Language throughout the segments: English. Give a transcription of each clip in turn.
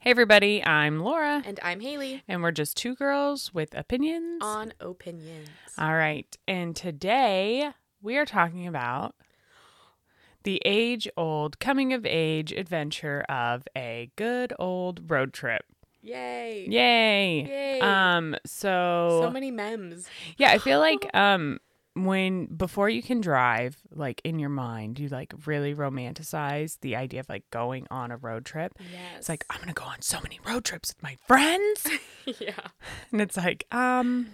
Hey, everybody, I'm Laura, And I'm Haley and we're just two girls with opinions. on Opinions. All right, and today we are talking about the age old coming of age adventure of a good old road trip. Yay. Yay! Yay. Um, so many memes. Yeah, I feel like um when before you can drive, like in your mind, you like really romanticize the idea of like going on a road trip. Yes. It's like I'm gonna go on so many road trips with my friends, yeah. and it's like, um,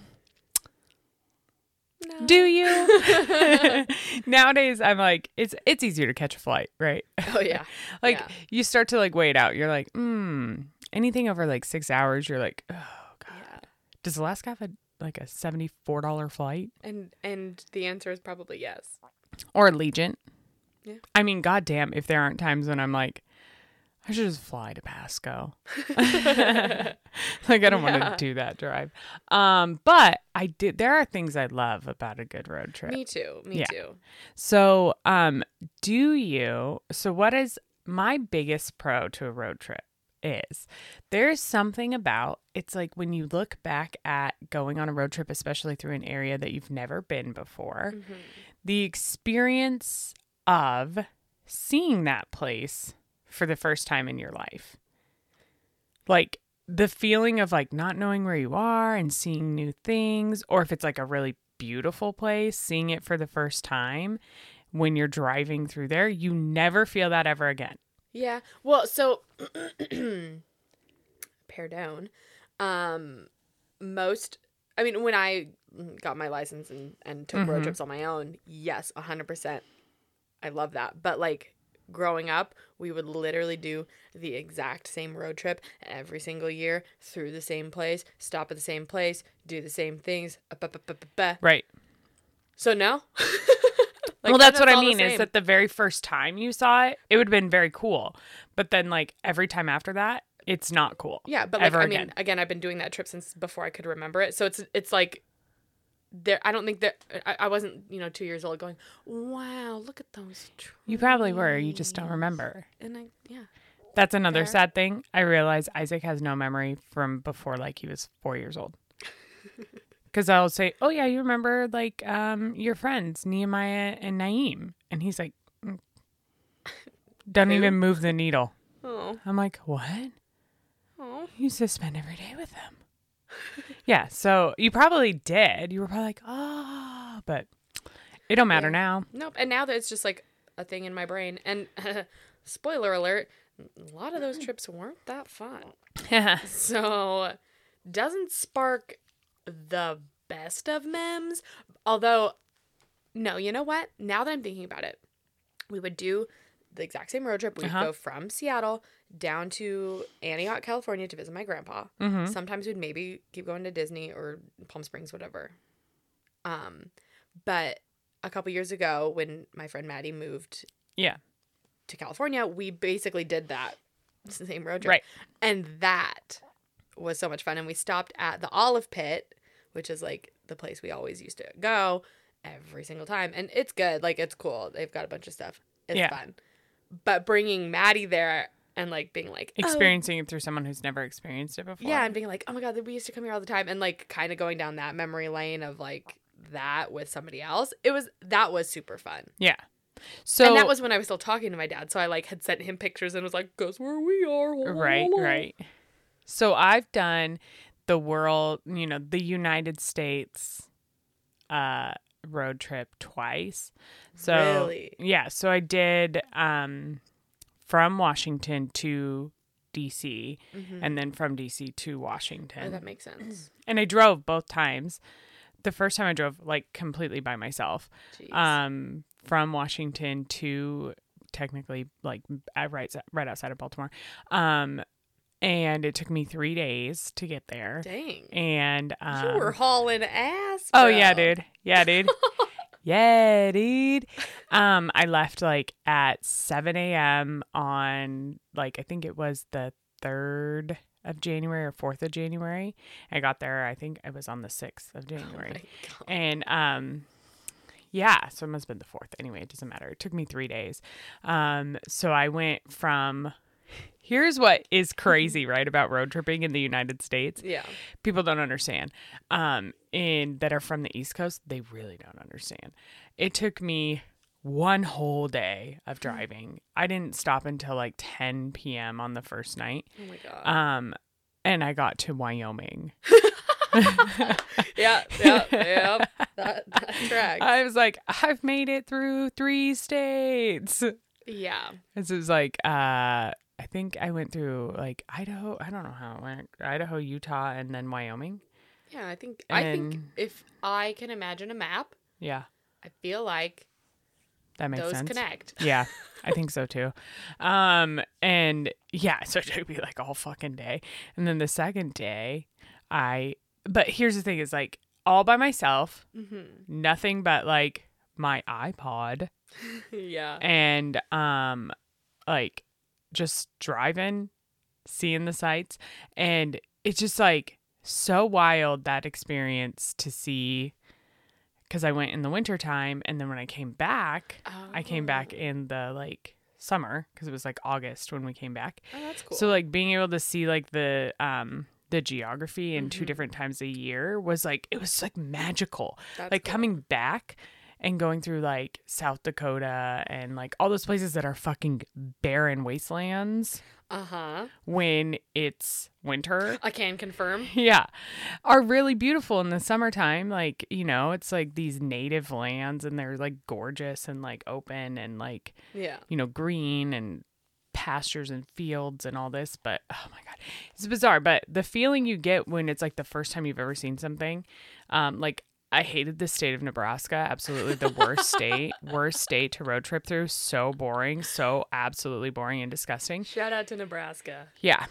No. do you? Nowadays, I'm like, it's it's easier to catch a flight, right? Oh yeah. like Yeah. you start to like wait out. You're like, hmm, anything over like six hours, you're like, oh god, Yeah. does Alaska have a like a seventy four dollar flight? And and the answer is probably yes. or Allegiant. Yeah. I mean, goddamn, if there aren't times when I'm like, I should just fly to Pasco. like I don't want Yeah. to do that drive. Um, but I did. There are things I love about a good road trip. Me too. Me Yeah. too. So, um, do you? So, what is my biggest pro to a road trip? Is there's something about it's like when you look back at going on a road trip, especially through an area that you've never been before, Mm-hmm. the experience of seeing that place for the first time in your life. Like the feeling of like not knowing where you are and seeing new things, or if it's like a really beautiful place, seeing it for the first time when you're driving through there, you never feel that ever again. Yeah. Well, so pare down. Um most I mean when I got my license and and took road Mhm. trips on my own, yes, 100%. I love that. But like growing up, we would literally do the exact same road trip every single year through the same place, stop at the same place, do the same things. up, up, up, up, up, up. Right. So no. Like, well, that's what I all the mean is same. that the very first time you saw it, it would have been very cool. But then, like, every time after that, it's not cool. Yeah, but like ever I mean, again. again. I've been doing that trip since before I could remember it. So it's it's like there. I don't think that I, I wasn't you know two years old going, wow, look at those. Trees. You probably were. You just don't remember. And I yeah That's another Fair. sad thing. I realize Isaac has no memory from before like he was four years old. Because I'll say, "Oh yeah, you remember like um, your friends Nehemiah and Naeem," and he's like, "Mm. "Doesn't Who?" even move the needle." oh I'm like, "What? oh You used to spend every day with them?" yeah, so you probably did. You were probably like, "Oh," but it don't matter Yeah. now. nope. And now that it's just like a thing in my brain. And spoiler alert, a lot of those trips weren't that fun. So doesn't spark the best of memes. Although, no, you know what? Now that I'm thinking about it, we would do the exact same road trip. We'd Uh-huh. go from Seattle down to Antioch, California to visit my grandpa. hmm Sometimes we'd maybe keep going to Disney or Palm Springs, whatever. Um, but a couple years ago, when my friend Maddie moved Yeah. to California, we basically did that It's the same road trip. Right. And that was so much fun. And we stopped at the Olive Pit, which is like the place we always used to go every single time. And it's good. Like, it's cool. They've got a bunch of stuff. It's Yeah. fun. But bringing Maddie there and like being like, oh, Experiencing it through someone who's never experienced it before. yeah, and being like, oh my God, we used to come here all the time. And like kind of going down that memory lane of like that with somebody else. It was, that was super fun. yeah. So and that was when I was still talking to my dad. So I like had sent him pictures and was like, guess where we are? La, la, right la, la." right so i've done the world you know the united states uh road trip twice so Really? yeah so i did um from washington to dc and then from dc to Oh, washington that makes sense. and i drove both times the first time i drove like completely by myself Jeez. um, from Washington to technically like uh, right right outside of Baltimore. Um, and it took me three days to get there. Dang. And um, you were hauling ass. oh yeah, bro. dude, yeah, dude, yeah, dude. Um, I left like at seven a.m. on like I think it was the third of January or fourth of January. I got there. I think it was on the sixth of January. Oh My God. And um yeah, so it must have been the fourth. Anyway, it doesn't matter. It took me three days. Um so I went from Here's what is crazy, right, about road tripping in the United States. Yeah. People don't understand. Um, in that are from the East Coast, they really don't understand. It took me one whole day of driving. I didn't stop until like 10 p.m. on the first night. Oh my god. Um, and I got to Wyoming. yeah. Yeah. Yeah. That, that tracks. I was like, I've made it through three states. yeah. This is like uh I think I went through like Idaho, I don't know how it went. Idaho, Utah, and then Wyoming. Yeah. I think. I think and- if I can imagine a map, Yeah. I feel like That makes those sense. connect. Yeah. I think so too. Um and yeah, so it took me like all fucking day. And then the second day, I but here's the thing is like all by myself, Mm-hmm. nothing but like my iPod Yeah. and um like just driving seeing the sights and it's just like so wild that experience to see because i went in the winter time and then when i came back i came back Oh. in the like summer because it was like august when we came back Oh, that's cool. so like being able to see like the um the geography in two Mhm. different times a year was like it was like magical That's like cool. coming back and going through like South Dakota and like all those places that are fucking barren wastelands Uh huh. when it's winter. I can confirm. Yeah, are really beautiful in the summertime. Like, you know, it's like these native lands and they're like gorgeous and like open and like, Yeah. you know, green and pastures and fields and all this. But oh my God, it's bizarre. But the feeling you get when it's like the first time you've ever seen something, um, like I hated the state of Nebraska. Absolutely the worst state, worst state to road trip through. So boring, so absolutely boring and disgusting. Shout out to Nebraska. Yeah.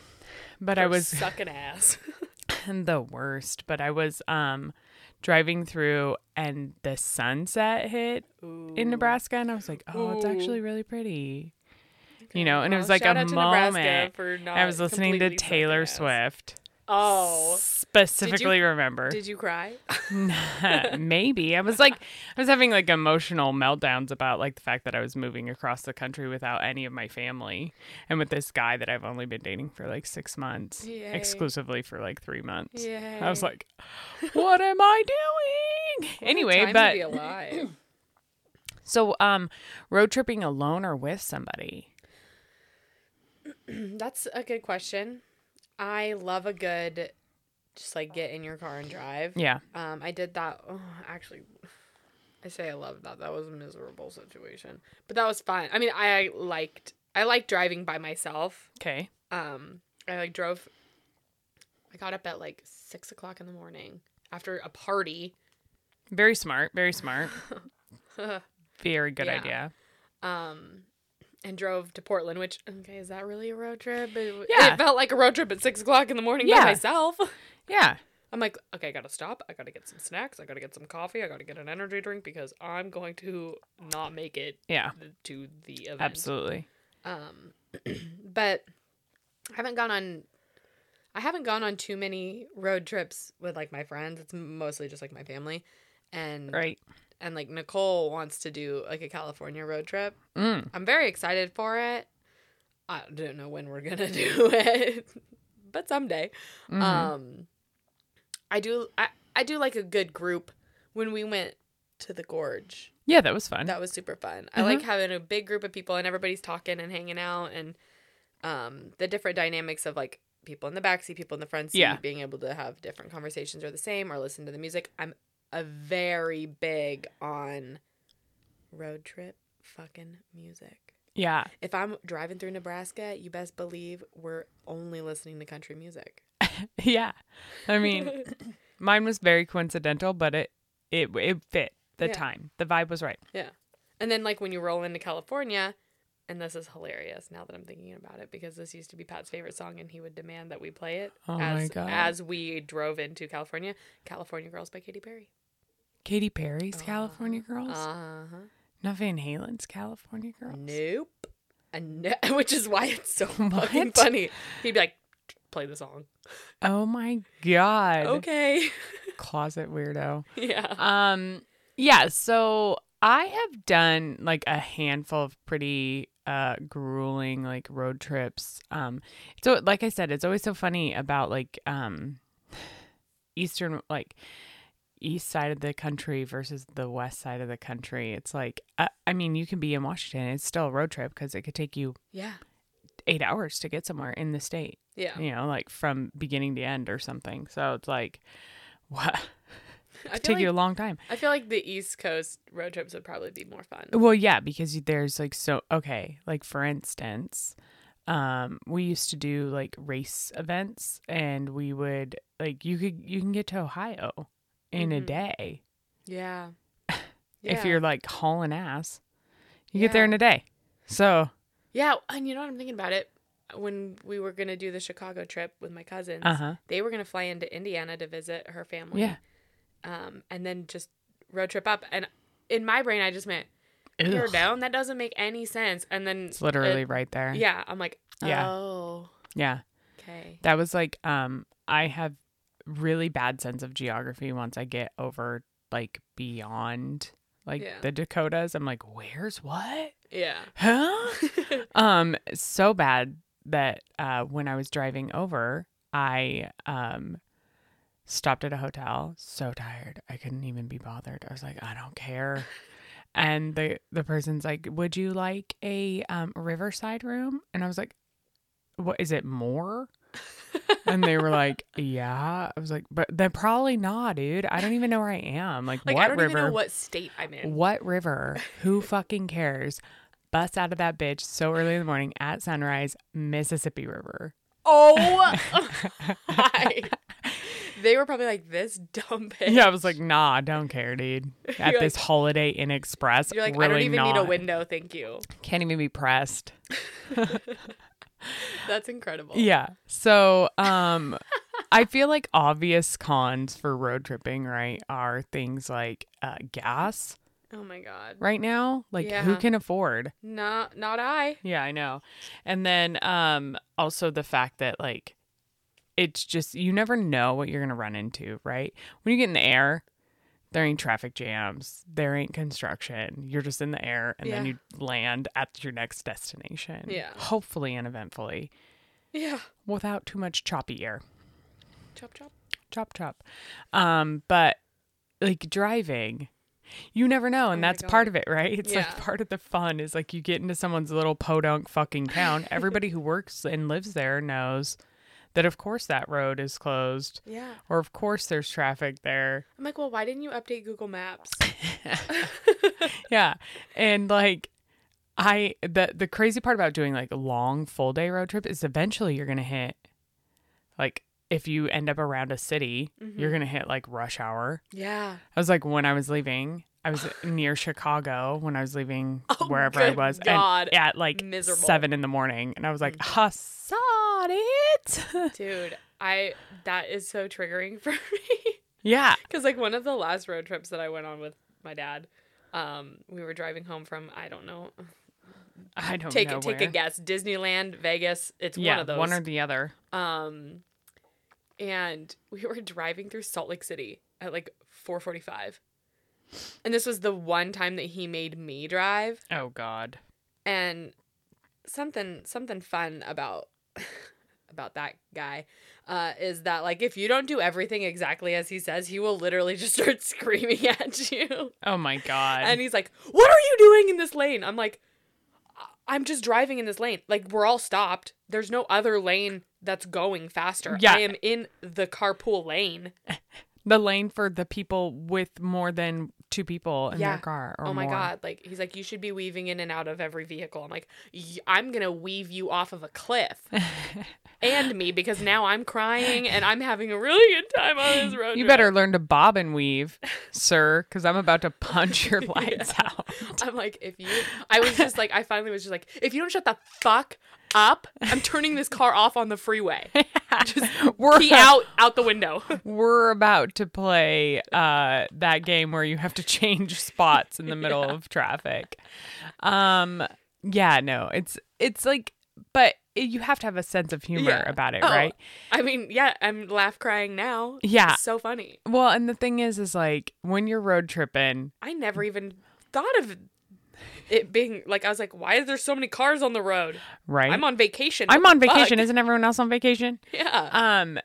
But I for was sucking ass. the worst, but I was um driving through and the sunset hit in Nebraska and I was like, "Oh, it's Ooh. actually really pretty." Okay, You know, and it well, was like shout a out to Nebraska moment. for And I not was listening to completely sucking Taylor ass. Swift. Oh, specifically remember. did you cry? Maybe. I was like I was having like emotional meltdowns about like the fact that I was moving across the country without any of my family and with this guy that I've only been dating for like 6 months, Yay. exclusively for like 3 months. Yeah. I was like, what am I doing? anyway, but be alive. so um road tripping alone or with somebody. That's a good question. I love a good, just like get in your car and drive. Yeah. Um, I did that. Oh, actually, I say I love that. That was a miserable situation, but that was fun. I mean, I liked. I like driving by myself. Okay. um i like drove i got up at like six o'clock in the morning after a party Very smart, very smart. Very good Yeah. idea. um and drove to portland which okay is that really a road trip it, Yeah. it felt like a road trip at six o'clock in the morning Yeah. by myself Yeah. i'm like okay i gotta stop i gotta get some snacks i gotta get some coffee i gotta get an energy drink because i'm going to not make it Yeah. to the event Absolutely. um but i haven't gone on i haven't gone on too many road trips with like my friends it's mostly just like my family and Right. and like nicole wants to do like a california road trip Mm. i'm very excited for it i don't know when we're gonna do it but someday Mhm. um i do I, I do like a good group when we went to the gorge yeah, that was fun. that was super fun. I like having a big group of people and everybody's talking and hanging out and um, the different dynamics of like people in the backseat, people in the front seat, Yeah. being able to have different conversations or the same or listen to the music. I'm a very big on road trip fucking music. yeah. If I'm driving through Nebraska, you best believe we're only listening to country music. Yeah. I mean, mine was very coincidental, but it it it fit the Yeah. time. The vibe was right. Yeah. And then like when you roll into California, and this is hilarious now that I'm thinking about it because this used to be Pat's favorite song and he would demand that we play it Oh my as God. as we drove into California. California Girls by Katy Perry. Katy Perry's California Uh-huh. Girls. Uh-huh. Not Van Halen's California Girls. Nope. A no- which is why it's so fucking What? funny. He'd be like, play the song. Oh my god. Okay. Closet weirdo. yeah. Um yeah, so I have done like a handful of pretty uh grueling like road trips um so like i said it's always so funny about like um eastern like east side of the country versus the west side of the country it's like uh, i mean you can be in washington it's still a road trip because it could take you Yeah. eight hours to get somewhere in the state Yeah. you know like from beginning to end or something so it's like what I take feel, you a like, long time I feel like the East Coast road trips would probably be more fun. Well, yeah, because you- there's like so okay, like for instance, um we used to do like race events and we would like you could you can get to Ohio in a Mhm. day Yeah. if you're like hauling ass. You get there Yeah. in a day. So, Yeah, and you know what I'm thinking about it? When we were gonna do the Chicago trip with my cousins, uh-huh. they were gonna fly into Indiana to visit her family. Yeah. Um, and then just road trip up. And in my brain, I just meant you're Ugh. down. That doesn't make any sense. And then It's literally it- right there. yeah, I'm like, Yeah. oh, Yeah. okay. That was like um I have really bad sense of geography once I get over like beyond like Yeah. the Dakotas. I'm like, "Where's what?" Yeah. Huh? um so bad that uh when i was driving over i um stopped at a hotel so tired i couldn't even be bothered i was like i don't care and the the person's like would you like a um riverside room and i was like what is it more and they were like yeah i was like but they're probably not dude i don't even know where i am like, like what I don't river even know what state I'm in. what river? Who fucking cares? Bust out of that bitch so early in the morning at sunrise, Mississippi River. Oh my. They were probably like this dumb bitch. Yeah, I was like, nah, don't care, dude. At You're this Holiday Inn Express, You're like, really I don't even not. need a window, thank you. Can't even be pressed. That's incredible. Yeah. So, um, I feel like obvious cons for road tripping, right, are things like uh, gas Oh my god. right now. Like, who Yeah. can afford? Not not I. Yeah, I know. And then um also the fact that like it's just you never know what you're gonna run into, right? When you get in the air, there ain't traffic jams, there ain't construction. You're just in the air and then Yeah. you land at your next destination. Yeah. Hopefully and eventfully. Yeah. Without too much choppy air. Chop chop. Chop chop. Um, but like driving you never know, and Oh my that's part God. of it, right? It's Yeah. like part of the fun is like you get into someone's little podunk fucking town. Everybody who works and lives there knows that, of course, that road is closed, Yeah. or of course, there's traffic there. I'm like, well, why didn't you update Google Maps? Yeah, and like I, the the crazy part about doing like a long full day road trip is eventually you're gonna hit, like, if you end up around a city, Mm-hmm. you're gonna hit like rush hour. yeah. I was like, when I was leaving, I was near Chicago when I was leaving Oh, wherever I good was. and God. at like Miserable. Mm. seven in the morning. And I was like, ha, sawed it. Dude, I that is so triggering for me. yeah. Cause like one of the last road trips that I went on with my dad, um, we were driving home from I don't know. I don't Take know. take where. a guess. Disneyland, Vegas. It's Yeah, one of those. one or the other. um and we were driving through Salt Lake City at like 4:45. And this was the one time that he made me drive Oh, God. and something something fun about about that guy uh is that like if you don't do everything exactly as he says, he will literally just start screaming at you. Oh, my God. And he's like, "What are you doing in this lane?" I'm like, "I- "I'm just driving in this lane. Like we're all stopped. There's no other lane that's going faster. Yeah. I am in the carpool lane." the lane for the people with more than two people in Yeah. their car. Or oh my more. god! Like he's like, "You should be weaving in and out of every vehicle." I'm like, y- "I'm gonna weave you off of a cliff." and me because now I'm crying and I'm having a really good time on this road. You trip. better learn to bob and weave, sir, because I'm about to punch your lights out. I'm like, if you, I was just like, I finally was just like, if you don't shut the fuck up, I'm turning this car off on the freeway. Just We're pee out, out the window. we're about to play uh, that game where you have to change spots in the middle of traffic. Um, yeah, no, it's it's like, but it, you have to have a sense of humor Yeah. about it, Oh, right? I mean, yeah, I'm laugh crying now. Yeah. It's so funny. Well, and the thing is, is like when you're road tripping, I never even thought of it being like I was like, why is there so many cars on the road? right? I'm on vacation. I'm What on the fuck? vacation. Isn't everyone else on vacation? Yeah. Um,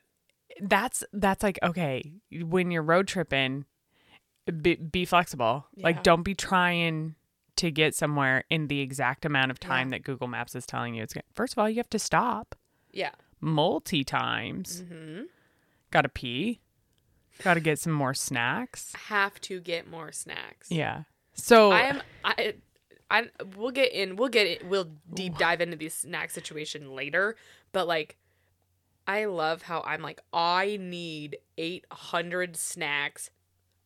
that's that's like okay when you're road tripping, be, be flexible. Yeah. Like don't be trying to get somewhere in the exact amount of Yeah. time that Google Maps is telling you it's going. First of all, you have to stop Yeah. multi times. hmm Got to pee. Got to get some more snacks. Have to get more snacks. Yeah. So I am. I. I. We'll get in. We'll get. In, we'll deep dive into the snack situation later. But like, I love how I'm like. I need 800 snacks.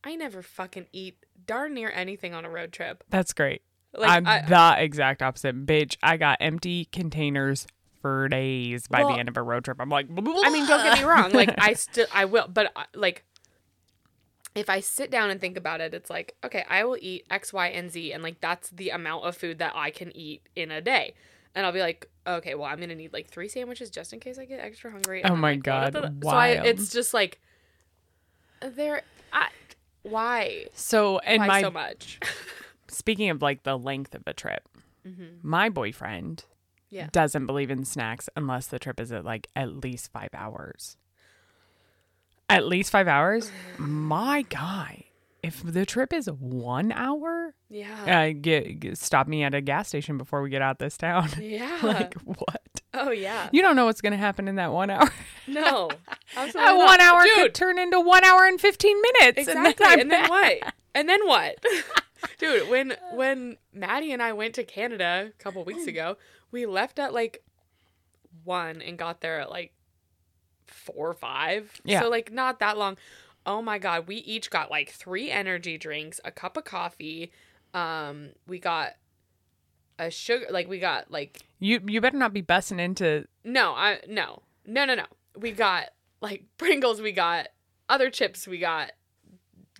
I never fucking eat darn near anything on a road trip. that's great. Like I'm I- the exact opposite, bitch. I got empty containers for days by Well- the end of a road trip. I'm like, I mean, don't get me wrong. Like, I still, I will, but uh, like, if I sit down and think about it, it's like, okay, I will eat X, Y, and Z, and like that's the amount of food that I can eat in a day. And I'll be like, okay, well, I'm gonna need like three sandwiches just in case I get extra hungry. and Oh I'm my like, God, da-da-da-da. So I, wild. it's just like, there, I, why, So, and why my so much? speaking of like the length of a trip, my boyfriend Mm-hmm. Yeah. doesn't believe in snacks unless the trip is at like at least five hours. At least five hours? my guy, if the trip is one hour, yeah, uh, get, get- stop me at a gas station before we get out this town. yeah. like, what? oh yeah. You don't know what's going to happen in that one hour. No, absolutely that not. one hour Dude, could turn into one hour and 15 minutes. Exactly. I'm And then back. Uh. what? And then what? Dude, when when Maddie and I went to Canada a couple weeks ago, we left at like one and got there at like four or five. Yeah. So like not that long. Oh my god, we each got like three energy drinks, a cup of coffee. Um, we got a sugar like we got like You, you better not be busting into no, I no. No, no, no. We got like Pringles, we got other chips, we got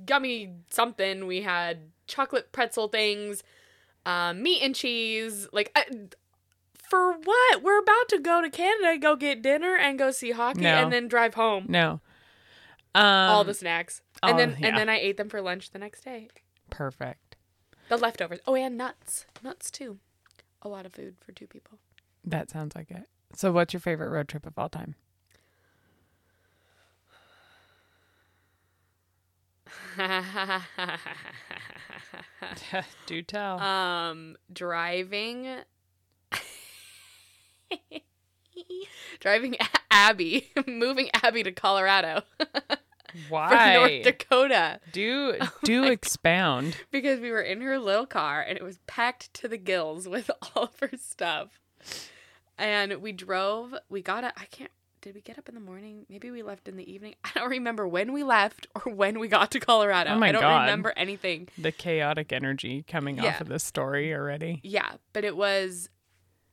gummy something, we had chocolate pretzel things, um, meat and cheese, like I, for what? We're about to go to Canada, go get dinner and go see hockey No. and then drive home. No. Um, all the snacks. And all- then yeah. and then I ate them for lunch the next day. perfect. The leftovers. Oh, and nuts. Nuts too. A lot of food for two people. That sounds like it. So, what's your favorite road trip of all time? Do tell. Um, driving. driving A- Abby, moving Abby to Colorado from Why? North Dakota do Oh do expound. because we were in her little car and it was packed to the gills with all of her stuff. And we drove, we got up, I can't, did we get up in the morning? Maybe we left in the evening. I don't remember when we left or when we got to Colorado. Oh my I don't God. remember anything. The chaotic energy coming Yeah. off of this story already. Yeah, but it was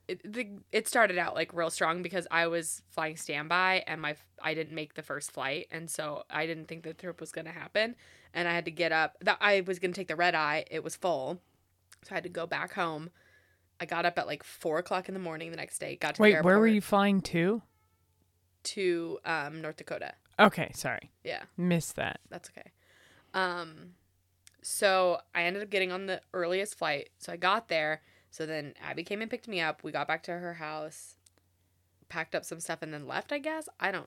it, the, it started out like real strong because I was flying standby and my I didn't make the first flight and so I didn't think the trip was going to happen and I had to get up. That I was going to take the red eye. It was full, so I had to go back home. I got up at like four o'clock in the morning the next day. Got to the Wait, airport where were you flying to? to um, North Dakota? Okay, sorry, Yeah. missed that. That's okay. Um, so I ended up getting on the earliest flight. So I got there. So then Abby came and picked me up. We got back to her house, packed up some stuff, and then left. I guess I don't.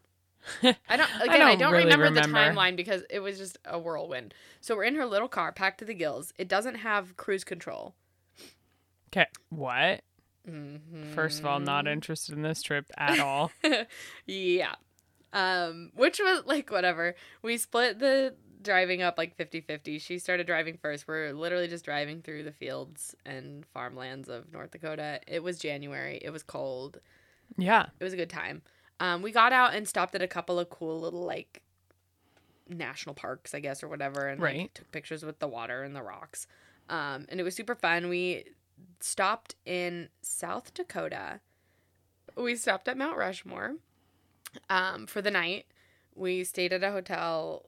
I don't. Again, I don't, don't really remember, the remember. timeline because it was just a whirlwind. So we're in her little car, packed to the gills. It doesn't have cruise control. Okay, what? Mm-hmm. First of all, not interested in this trip at all. yeah. Um, which was like whatever. We split the driving up like 50-50. She started driving first. We're literally just driving through the fields and farmlands of North Dakota. It was January. It was cold. yeah, It was a good time. Um, we got out and stopped at a couple of cool little like national parks, I guess, or whatever, and like, Right. took pictures with the water and the rocks. Um, and it was super fun. We stopped in South Dakota. We stopped at Mount Rushmore um, for the night. We stayed at a hotel.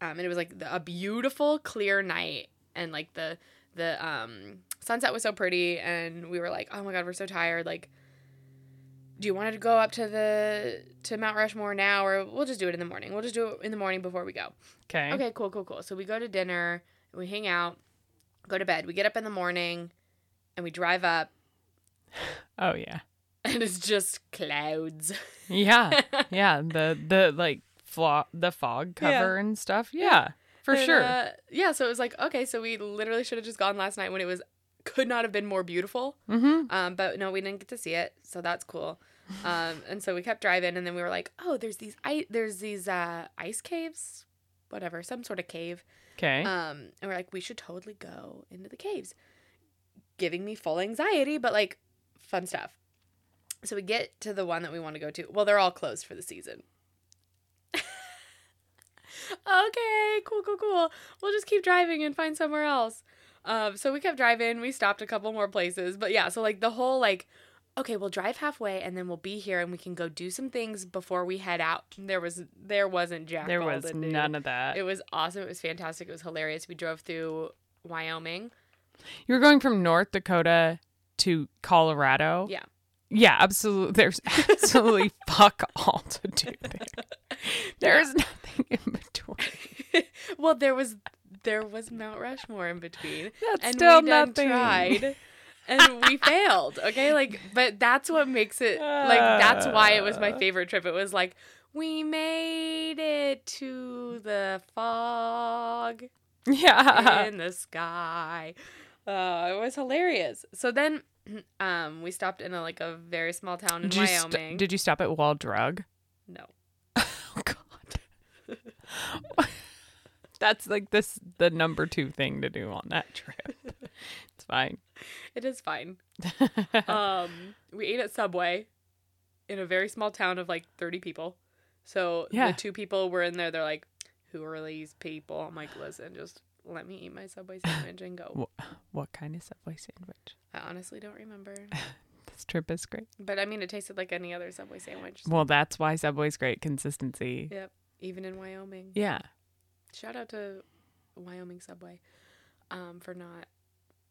Um, and it was like the, a beautiful, clear night, and like the the um, sunset was so pretty, and we were like, oh my god, we're so tired. Like, do you want to go up to the to Mount Rushmore now, or we'll just do it in the morning? We'll just do it in the morning before we go. okay. Okay, cool, cool, cool. So we go to dinner, we hang out, go to bed. We get up in the morning and we drive up Oh yeah. and it's just clouds. Yeah. yeah. The the like flaw the fog Yeah. cover and stuff. Yeah. For And, sure. uh, yeah, so it was like, okay, so we literally should have just gone last night when it was could not have been more beautiful. mm-hmm. Um, but no, we didn't get to see it, so that's cool. Um, and so we kept driving, and then we were like, "Oh, there's these I- there's these uh, ice caves, whatever, some sort of cave." Okay. Um, and we're like, "We should totally go into the caves," giving me full anxiety, but like fun stuff. So we get to the one that we want to go to. Well, they're all closed for the season. okay, cool, cool, cool. We'll just keep driving and find somewhere else. Um, so we kept driving. We stopped a couple more places, but yeah. So like the whole like, okay, we'll drive halfway and then we'll be here and we can go do some things before we head out. There was there wasn't Jack. there all was to do. none of that. It was awesome. It was fantastic. It was hilarious. We drove through Wyoming. you were going from North Dakota to Colorado. Yeah. Yeah, absolutely. There's absolutely fuck all to do there. There's nothing in between. Well, there was there was Mount Rushmore in between. That's and still we done nothing. tried and we failed. Okay? Like but that's what makes it like that's why it was my Uh. favorite trip. It was like we made it to the fog. Yeah. in the sky. Uh, it was hilarious. So then um, we stopped in a, like a very small town in Did you, st- Wyoming. did you stop at Wall Drug? no. Oh God. That's like this the number two thing to do on that trip. It's fine. It is fine. um, we ate at Subway in a very small town of like 30 people. So Yeah. the two people were in there. They're like, who are these people? I'm like, listen, just let me eat my Subway sandwich and go. Wh- what kind of Subway sandwich? I honestly don't remember. This trip is great. But I mean, it tasted like any other Subway sandwich, Well, that's why Subway's great consistency. even in Wyoming. Yeah. Shout out to Wyoming Subway um, for not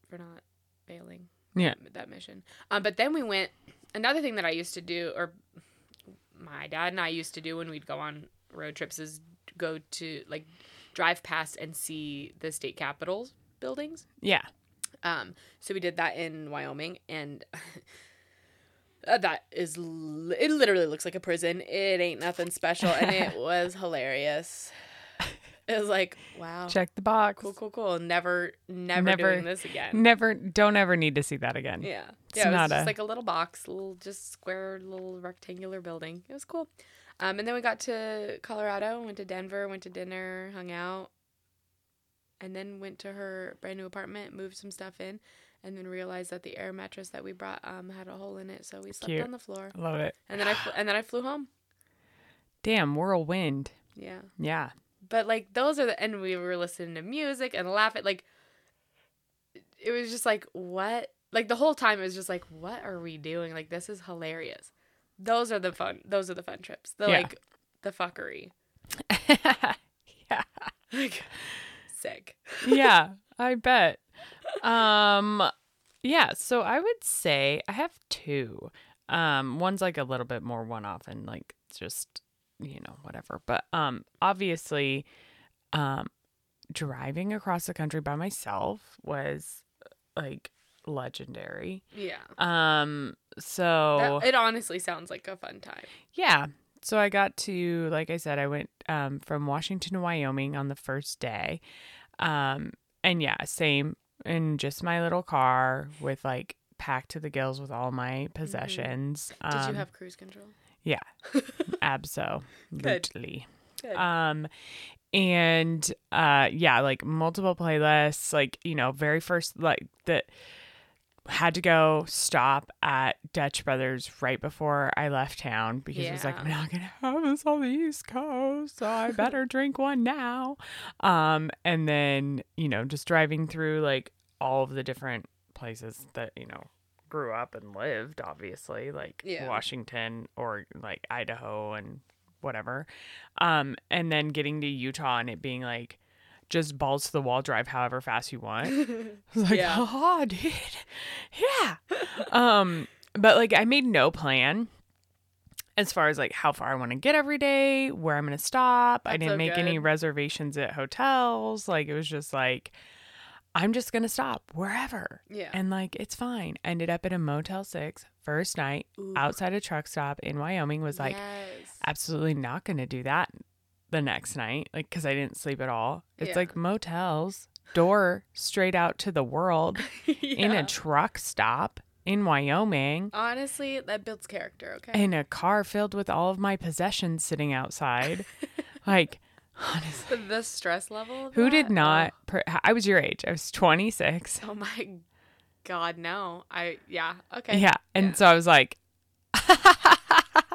for not failing Yeah. that, that mission. Um, but then we went another thing that I used to do, or my dad and I used to do when we'd go on road trips, is go to like drive past and see the state capitals buildings. Yeah. Um, so we did that in Wyoming, and uh, that is li- it. Literally looks like a prison. It ain't nothing special, and it was hilarious. It was like, wow, Check the box. Oh. cool, cool, cool. Never, never, Never. doing this again. Never don't ever need to see that again. Yeah, yeah. It's it was not just a- like a little box, little just square, little rectangular building. It was cool. Um, and then we got to Colorado, went to Denver, went to dinner, hung out, and then went to her brand new apartment, moved some stuff in, and then realized that the air mattress that we brought um had a hole in it, so we slept Cute. on the floor. I love it. And then I fl- and then I flew home. Damn, whirlwind. Yeah, Yeah. but like those are the and we were listening to music and laughing. Like it was just like what like the whole time it was just like what are we doing like this is hilarious those are the fun those are the fun trips the Yeah. like the fuckery yeah. like sick yeah, I bet. Um yeah, so I would say I have two. Um one's like a little bit more one off and like just you know whatever. But um obviously um driving across the country by myself was like legendary. yeah Um so Oh. That- it honestly sounds like a fun time yeah. So I got to, like I said, I went um, from Washington to Wyoming on the first day. Um, and yeah, same in just my little car with like packed to the gills with all my possessions. Mm-hmm. did Um, you have cruise control Absolutely. Good. Um, and uh, yeah, like multiple playlists, like you know, very first like that had to go stop at Dutch Brothers right before I left town because it was like Yeah. I'm not gonna have this on the East Coast, so I better drink one now. Um, and then you know, just driving through like all of the different places that you know grew up and lived obviously like Yeah. washington or like idaho and whatever um and then getting to utah and it being like just balls to the wall drive however fast you want I was like Yeah. oh dude yeah um but like i made no plan as far as like how far i want to get every day where i'm going to stop i That's didn't so make any good. reservations at hotels like it was just like I'm just going to stop wherever. Yeah. And like, it's fine. Ended up at a Motel 6 first night Ooh. outside a truck stop in Wyoming. Was like, Yes. absolutely not going to do that the next night. Like, cause I didn't sleep at all. It's Yeah. like motels, door straight out to the world in Yeah. a truck stop in Wyoming. Honestly, that builds character, okay? In a car filled with all of my possessions sitting outside. like, honestly. the stress level. of Who that? did oh. not? Per- I was your age. I was 26. Oh my god, no. I yeah, okay. Yeah. And Yeah. so I was like,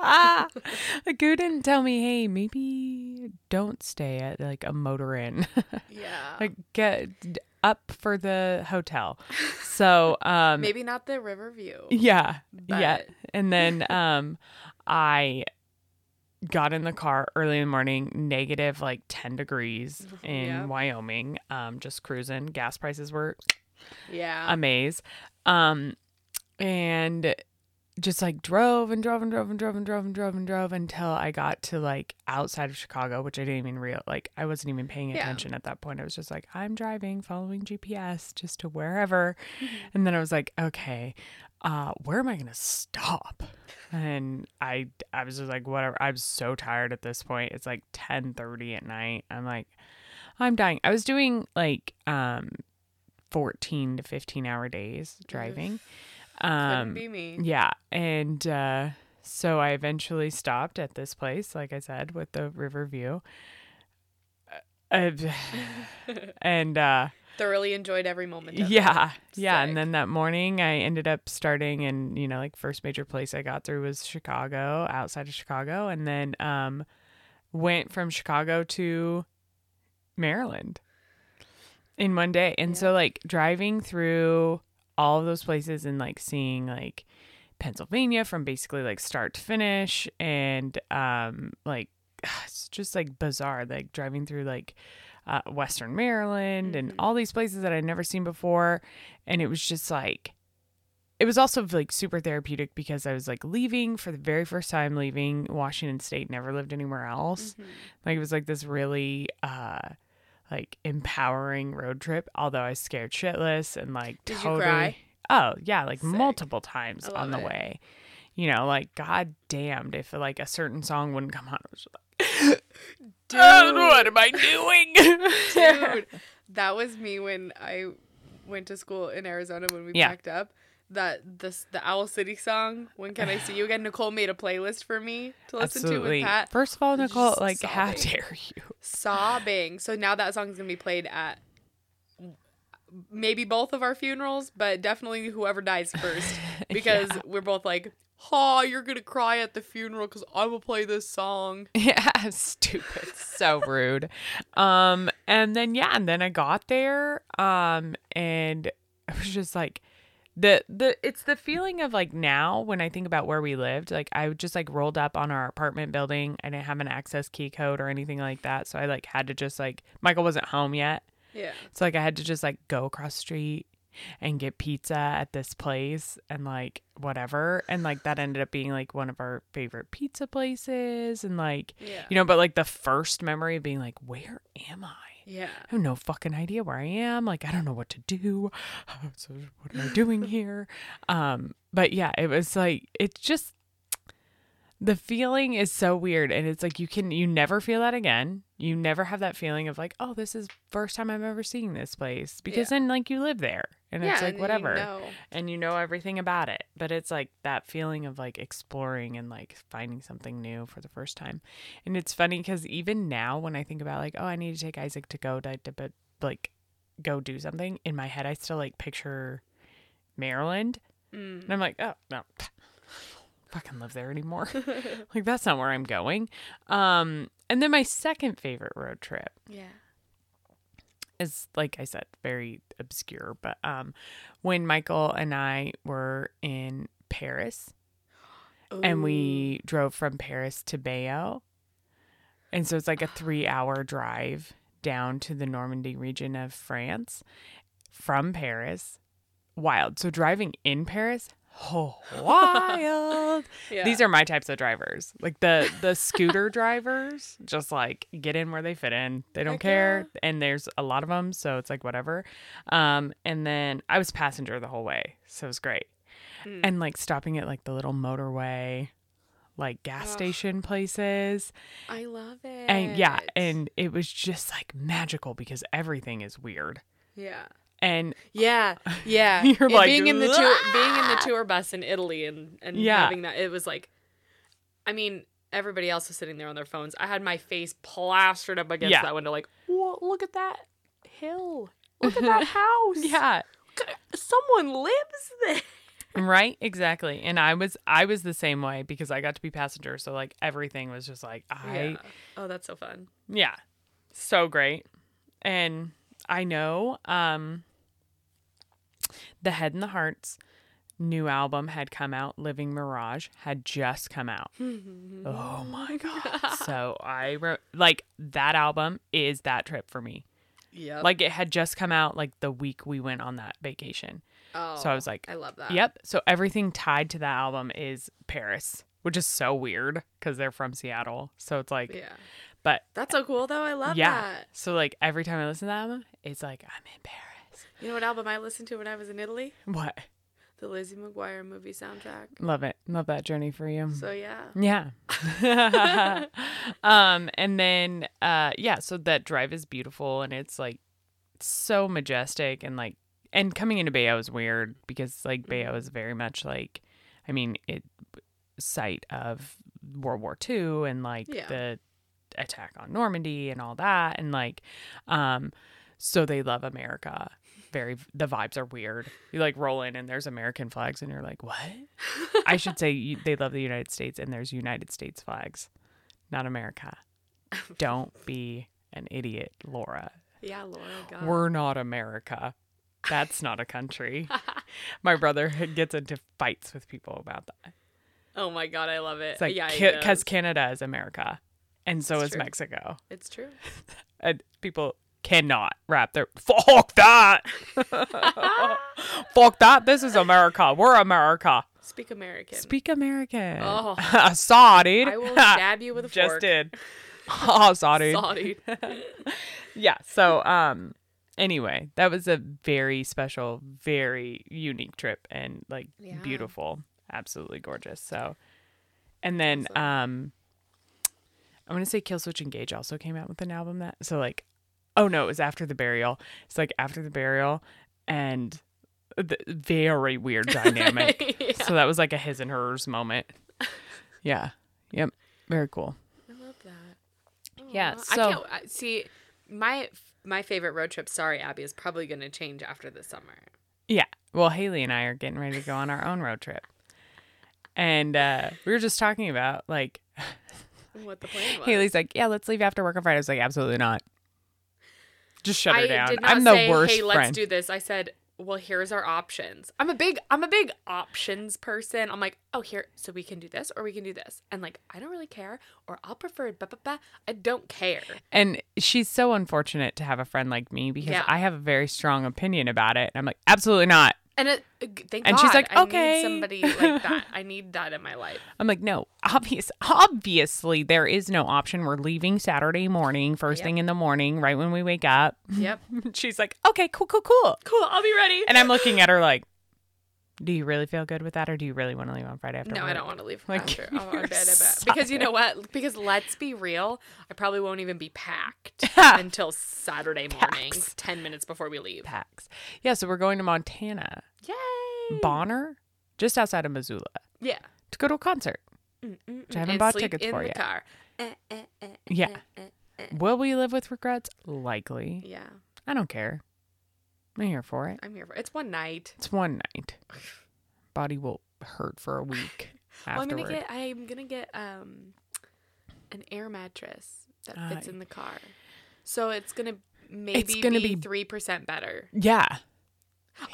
like, who didn't tell me, hey, maybe don't stay at like a motor inn, Yeah. like get d- up for the hotel. So, um, Maybe not the river view. yeah. But Yeah. And then, um, I got in the car early in the morning, negative like 10 degrees in Yeah. Wyoming, um, just cruising. Gas prices were yeah. a maze. Um, and just like drove and drove and drove and drove and drove and drove and drove until I got to like outside of Chicago, which I didn't even real like I wasn't even paying Yeah. attention at that point. I was just like, I'm driving, following GPS just to wherever. Mm-hmm. And then I was like, okay, uh, where am I gonna stop? And I I was just like, whatever. I'm so tired at this point. It's like ten thirty at night. I'm like, I'm dying. I was doing like um 14 to 15 hour days driving. Couldn't Um, be me. yeah. And uh, so I eventually stopped at this place, like I said, with the river view. Uh, and uh, Thoroughly enjoyed every moment of it. yeah, yeah. Sick. And then that morning, I ended up starting, and you know, like first major place I got through was Chicago, outside of Chicago, and then um, went from Chicago to Maryland in one day. And so, like driving through all of those places and like seeing like Pennsylvania from basically like start to finish, and um, like it's just like bizarre, like driving through like uh, Western Maryland and Mhm. all these places that I'd never seen before. And it was just like, it was also like super therapeutic because I was like leaving for the very first time, leaving Washington State, never lived anywhere else. Mhm. Like it was like this really, uh, like empowering road trip, although I was scared shitless and like Did you totally. cry? Oh yeah, like Sick. multiple times I on the love it. way. You know, like god damned if like a certain song wouldn't come on, I was like, Dude. "Oh, what am I doing? dude that was me when i went to school in arizona when we Yeah. packed up that this the owl city song when can i see you again nicole made a playlist for me to listen to with pat First of all, was Nicole, just like, how sobbing. dare you? sobbing so now that song's gonna be played at maybe both of our funerals but definitely whoever dies first because we're both like oh you're gonna cry at the funeral because i will play this song Yeah, stupid. So rude. Um, and then yeah, and then I got there. Um, and it was just like the the it's the feeling of like now when I think about where we lived, like I would just like rolled up on our apartment building. I didn't have an access key code or anything like that. So I like had to just like Michael wasn't home yet. yeah So like I had to just like go across the street and get pizza at this place and like whatever. And like that ended up being like one of our favorite pizza places and like yeah you know, but like the first memory of being like, Where am I? yeah I have no fucking idea where I am. Like I don't know what to do. So what am I doing here? Um, but yeah, it was like it's just the feeling is so weird and it's like you can you never feel that again. You never have that feeling of like, oh, this is first time I'm ever seeing this place. Because Yeah. then like you live there and yeah it's like and then you whatever. know. And you know everything about it. But it's like that feeling of like exploring and like finding something new for the first time. And it's funny because even now when I think about like, oh, I need to take Isaac to go to, to- but like go do something, in my head I still like picture Maryland. Mm. And I'm like, oh no. Fucking live there anymore. like that's not where I'm going. Um and then my second favorite road trip yeah is like I said, very obscure, but um when Michael and I were in Paris and we drove from Paris to Bayeux. And so it's like a 3-hour drive down to the Normandy region of France from Paris. Wild. So driving in Paris, oh, wild. Yeah. These are my types of drivers. Like the the scooter drivers, just like get in where they fit in. They don't Heck care. And there's a lot of them, so it's like whatever. Um, and then I was passenger the whole way, so it was great. Mm. And like stopping at like the little motorway, like gas Ugh. station places. I love it. And yeah, and it was just like magical because everything is weird. yeah. And Yeah, yeah. You're And like, being in the tour, being in the tour bus in Italy and and Yeah. having that. It was like, I mean, everybody else was sitting there on their phones. I had my face plastered up against Yeah. that window, like, Whoa, look at that hill, look at that house. yeah, someone lives there. right exactly and i was i was the same way because i got to be passenger so like everything was just like i Yeah. Oh, that's so fun. yeah, so great and i know um the head and the hearts new album had come out living mirage had just come out oh my god so i wrote like that album is that trip for me Yeah. like it had just come out like the week we went on that vacation oh, so I was like, I love that. Yep. So everything tied to that album is Paris, which is so weird because they're from Seattle. So it's like, Yeah. but That's so cool, though. I love yeah. that. So like every time I listen to that album, it's like I'm in Paris. You know what album I listened to when I was in Italy? What? The Lizzie McGuire movie soundtrack. Love it. Love that journey for you. So yeah. yeah. um, and then uh, yeah. So that drive is beautiful, and it's like so majestic, and like and coming into Bayou is weird because like Bayou is very much like, I mean, it site of World War II and like Yeah. the attack on Normandy and all that and like um so they love America. Very the vibes are weird. You like roll in and there's American flags and you're like, "What?" I should say you, they love the United States and there's United States flags, not America. Don't be an idiot, Laura. Yeah, Laura. God. We're not America. That's not a country. My brother gets into fights with people about that. Oh my god, I love it. It's like yeah, he because does. Canada is America, and so It's is true. Mexico, it's true. and people cannot wrap their fuck that, fuck that. This is America. We're America. Speak American. Speak American. Oh. saw dude. I will stab you with a Just fork. did. Oh, saw dude. Sorry. Yeah. So, um, anyway, that was a very special, very unique trip, and like Yeah. beautiful, absolutely gorgeous. So, and then, awesome. um, I want to say Killswitch Engage also came out with an album that. So like, oh no, it was after the burial. It's like after the burial, and the very weird dynamic. Yeah. So that was like a his and hers moment. Yeah. Yep. Very cool. I love that. Yeah, Aw, so- I can't I, see my my favorite road trip. Sorry, Abby is probably going to change after the summer. Yeah. Well, Haley and I are getting ready to go on our own road trip. And uh, we were just talking about like What the plan was? Haley's like, yeah, let's leave after work on Friday. I was like, absolutely not. Just shut her I down. did not I'm the say, worst hey, friend. let's do this. I said, well, here's our options. I'm a big I'm a big options person. I'm like, oh, here, so we can do this or we can do this, and like, I don't really care, or I'll prefer. Blah, blah, blah. I don't care. and she's so unfortunate to have a friend like me because Yeah. I have a very strong opinion about it. And I'm like, absolutely not. And it, uh, thank And God. she's like, I "Okay." need somebody like that. I need that in my life. I'm like, no, obvious, obviously there is no option. We're leaving Saturday morning, first Yep. thing in the morning, right when we wake up. Yep. she's like, okay, cool, cool, cool. Cool. I'll be ready. And I'm looking at her like, do you really feel good with that, or do you really want to leave on Friday after? no, I work?" don't want to leave. Like, after. Oh, I you're bet, I bet. so- Because you know what? Because let's be real, I probably won't even be packed until Saturday morning, Packs. 10 minutes before we leave. Packs. Yeah, so we're going to Montana, Yay. Bonner, just outside of Missoula, Yeah. to go to a concert. Mm-mm-mm. I haven't And bought sleep tickets in for the yet. car. Eh, eh, eh, eh, Yeah. eh, eh. Will we live with regrets? Likely. Yeah. I don't care. I'm here for it. I'm here for It's one night. It's one night. Body will hurt for a week Well, I'm afterward. gonna get I'm gonna get um an air mattress that Ah, fits y- in the car. So it's gonna maybe gonna be be- three percent better. yeah.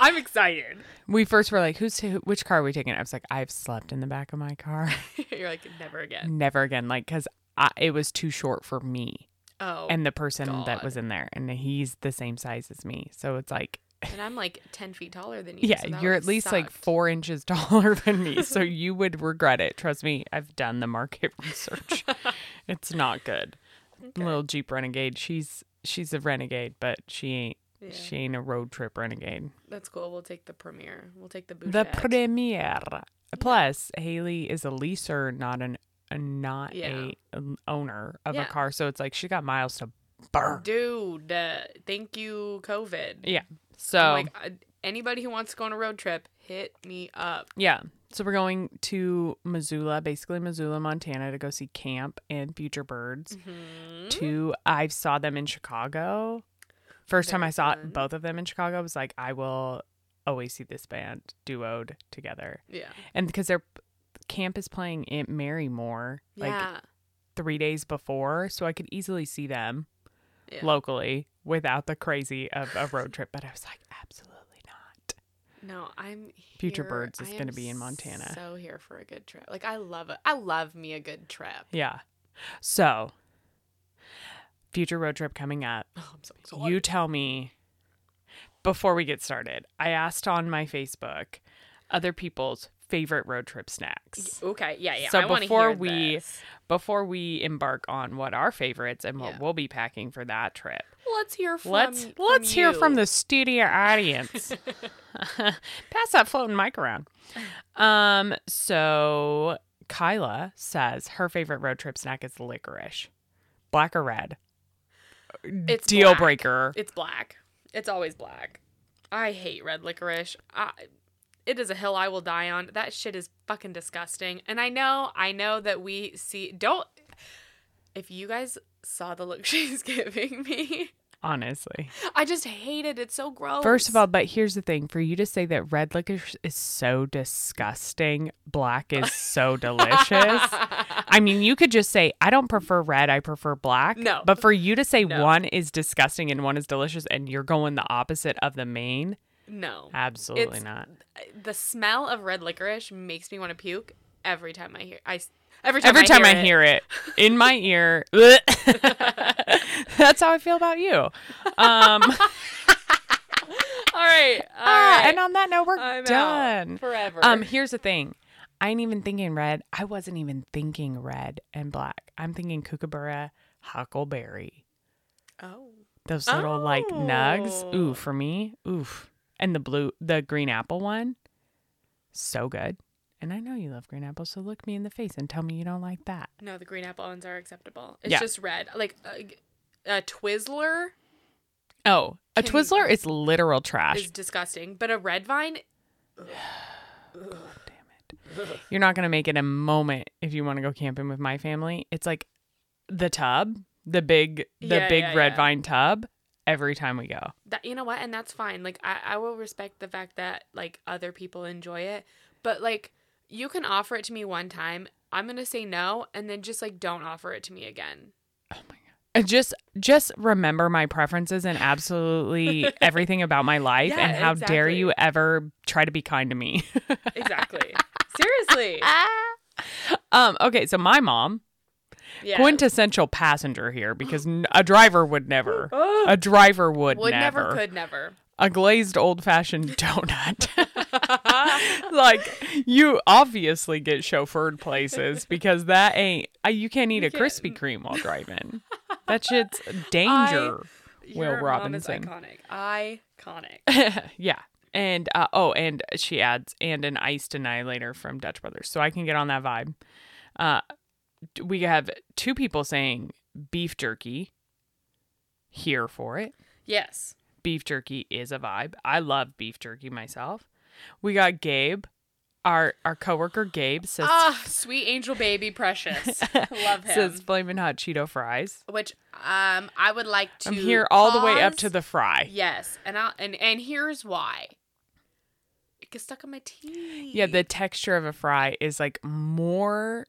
I'm excited. We first were like, who's who, which car are we taking? I was like, I've slept in the back of my car. You're like never again. Never again. Like, because it was too short for me. Oh, and the person that God. was in there and he's the same size as me so it's like And I'm like 10 feet taller than you. Yeah, so that you're would at least like sucked. four inches taller than me, so you would regret it. Trust me, I've done the market research. it's not good. Little Jeep Renegade. She's she's a renegade, but she ain't Yeah. she ain't a road trip renegade. That's cool. We'll take the premiere. We'll take the bouchette. The premier. Plus, Haley is a leaser, not an a- not Yeah. a an owner of Yeah. a car, so it's like she got miles to burn. Dude, uh, thank you, COVID. Yeah. So I'm like, uh, anybody who wants to go on a road trip, hit me up. Yeah. So we're going to Missoula, basically Missoula, Montana, to go see Camp and Future Birds. Mhm. Two, I saw them in Chicago. First time Very I saw fun. both of them in Chicago, I was like, I will always see this band duoed together. Yeah. And because their Camp is playing Aunt Mary Moore like yeah. three days before, so I could easily see them Yeah. locally without the crazy of a road trip. But I was like, absolutely not. No, I'm Future here- Birds is I am gonna be in Montana. So here for a good trip. Like I love it. I love me a good trip. Yeah. So, future road trip coming up. Oh, I'm so excited. you tell me before we get started. I asked on my Facebook other people's favorite road trip snacks okay? Yeah, yeah. So I wanna before hear we- this. before we embark on what our favorites and what Yeah. we'll be packing for that trip. let's hear from let's let's hear you. from the studio audience. Pass that floating mic around. Um so Kyla says her favorite road trip snack is licorice. Black or red? It's Deal black. breaker. It's black. It's always black. I hate red licorice. I, it is a hill I will die on. That shit is fucking disgusting. And I know, I know that we see. Don't. If you guys saw the look she's giving me, Honestly. I just hate it. Oh, It's so gross. First of all, but here's the thing for you to say that red licorice is so disgusting, black is so delicious. I mean, you could just say, I don't prefer red, I prefer black. No. But for you to say No. one is disgusting and one is delicious and you're going the opposite of the main, no. absolutely It's- not. The smell of red licorice makes me want to puke every time I hear. I s- every time Every time I it. hear it in my ear, that's how I feel about you. Um, All right. All ah, right. And on that note, we're I'm out done. forever. Um, here's the thing. I ain't even thinking red. I wasn't even thinking red and black. I'm thinking kookaburra, huckleberry. oh. Those little like nugs. Oh. Ooh, for me, oof. And the blue, the green apple one, so good. And I know you love green apples, so look me in the face and tell me you don't like that. No, the green apple ones are acceptable. It's Yeah. just red. Like a, a Twizzler Oh, a Can you- Twizzler is literal trash. is disgusting, but a red vine, You're not gonna make it a moment if you want to go camping with my family. It's like the tub, the big, the Yeah, big yeah, red yeah. vine tub. Every time we go. that you know what, and that's fine. Like I, I will respect the fact that like other people enjoy it, but like you can offer it to me one time. I'm gonna say no, and then just like don't offer it to me again. Uh, just just remember my preferences and absolutely everything about my life Yeah, and how dare exactly. you ever try to be kind to me Exactly. Seriously. um okay so my mom Yeah. quintessential passenger here because n- a driver would never Oh. a driver would, Would never, never. could never. a glazed old-fashioned donut like you obviously get chauffeured places because that ain't uh, you can't eat a krispy kreme while driving that shit's danger Will Your mom is Robinson. iconic. Iconic. yeah. And uh, oh, and she adds, and an iced annihilator from Dutch Brothers. So I can get on that vibe. Uh, d- we have two people saying beef jerky. Here for it. yes. Beef jerky is a vibe. I love beef jerky myself. We got Gabe, our our coworker Gabe says Ah, sweet angel baby, precious. Love him. says flaming hot Cheeto fries. which um I would like to I'm here all the way up pause. to the fry. yes, and I and and here's why. It gets stuck in my teeth. Yeah, the texture of a fry is like more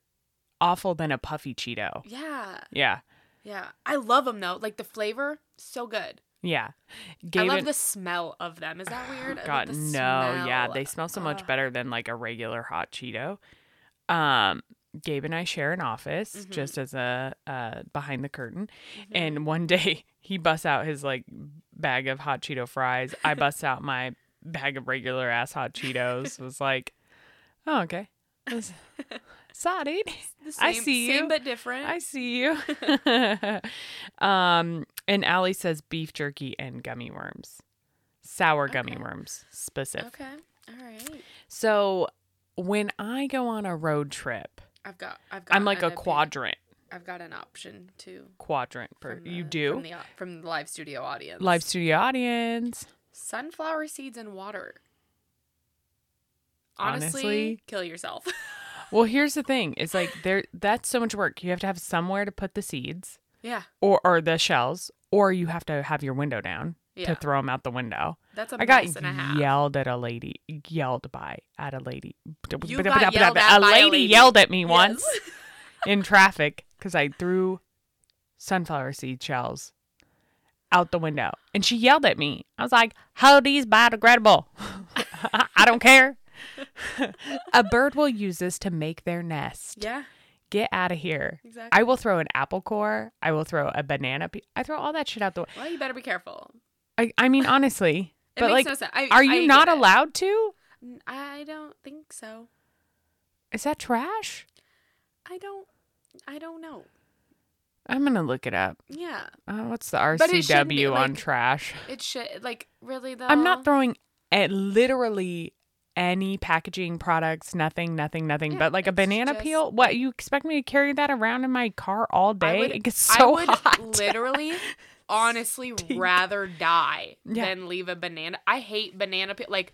awful than a puffy Cheeto. yeah Yeah. yeah. I love them though. Like the flavor, so good. Yeah. I love and- the smell of them. Is that weird? I love God, the no. Yeah, smell. they smell so much Ugh. better than like a regular hot Cheeto. Um, Gabe and I share an office Mhm. just as a uh, behind the curtain. Mhm. And one day he busts out his like bag of hot Cheeto fries. I bust out my bag of regular ass hot Cheetos. Was like, oh okay, This- sorry, The I same- see Same you. but different. I see you. um, and Allie says beef jerky and gummy worms, sour gummy Okay. worms, specific. okay. All right. So when I go on a road trip, I've got. I've got. I'm like an a opinion- quadrant I've got an option too. quadrant per from you the- do from the, au- from the live studio audience. live studio audience. sunflower seeds and water. Honestly, Honestly? kill yourself. Well, here's the thing: it's like there that's so much work. You have to have somewhere to put the seeds yeah, or or the shells, or you have to have your window down yeah. to throw them out the window. That's a I mess got and a half. yelled at a lady, yelled by at a lady. You got yelled at a by a lady lady. yelled at me Yes. once in traffic because I threw sunflower seed shells out the window, and she yelled at me. I was like, "How these biodegradable? I don't care." a bird will use this to make their nest. Yeah, Get out of here. exactly. I will throw an apple core. I will throw a banana. Pe- I throw all that shit out the. well, you better be careful. I, I mean, honestly, It but makes like, no sense. I, are you I not get it. allowed to? N- I don't think so. Is that trash? I don't. I don't know. I'm gonna look it up. Yeah, Uh, what's the But it shouldn't RCW be, on like- trash? it should like really though. I'm not throwing at literally any packaging products. Nothing, nothing, nothing. Yeah, but like a it's banana just peel. What you expect me to carry that around in my car all I day? would- it gets I so would hot. literally, honestly, rather die Yeah. than leave a banana. I hate banana peel. Like,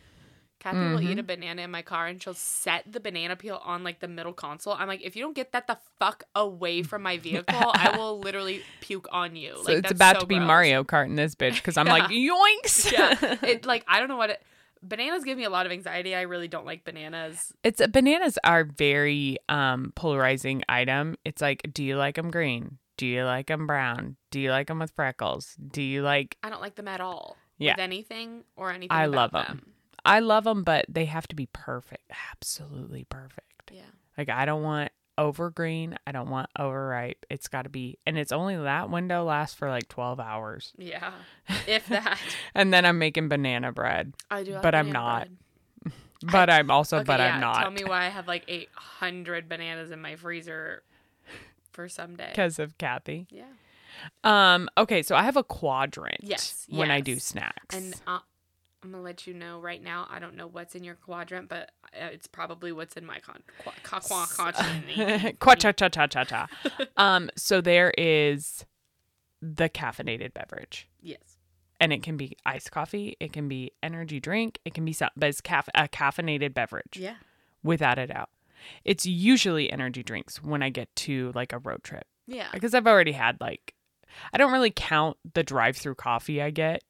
Kathy will Mm-hmm. eat a banana in my car and she'll set the banana peel on like the middle console. I'm like, if you don't get that the fuck away from my vehicle, I will literally puke on you. So like, it's that's about so to be gross. Mario Kart in this bitch because I'm like yoinks. yeah, it like I don't know what it. Bananas give me a lot of anxiety. I really don't like bananas. It's bananas are very um polarizing item. It's like, do you like them green? Do you like them brown? Do you like them with freckles? Do you like? I don't like them at all. Yeah. With anything or anything. I about love 'em. I love them, but they have to be perfect, absolutely perfect. Yeah. Like I don't want over green. I don't want overripe. It's got to be, and it's only that window lasts for like twelve hours, Yeah. If that. and then I'm making banana bread. I do. like But I'm banana not. bread. But I'm also, Okay, but yeah, I'm not. Tell me why I have like 800 bananas in my freezer for someday. because of Kathy. yeah. Um. Okay, so I have a quadrant. Yes, When I do yes. snacks. And uh, I'm going to let you know right now. I don't know what's in your quadrant, but uh, it's probably what's in my con. Qua- qua- qua- uh, quadrant. Qua cha cha cha cha cha. Um, so there is the caffeinated beverage, yes. and it can be iced coffee, it can be energy drink, it can be some, but it's caf- a caffeinated beverage Yeah. without a doubt. It's usually energy drinks when I get to like a road trip Yeah. because I've already had like, I don't really count the drive-through coffee I get.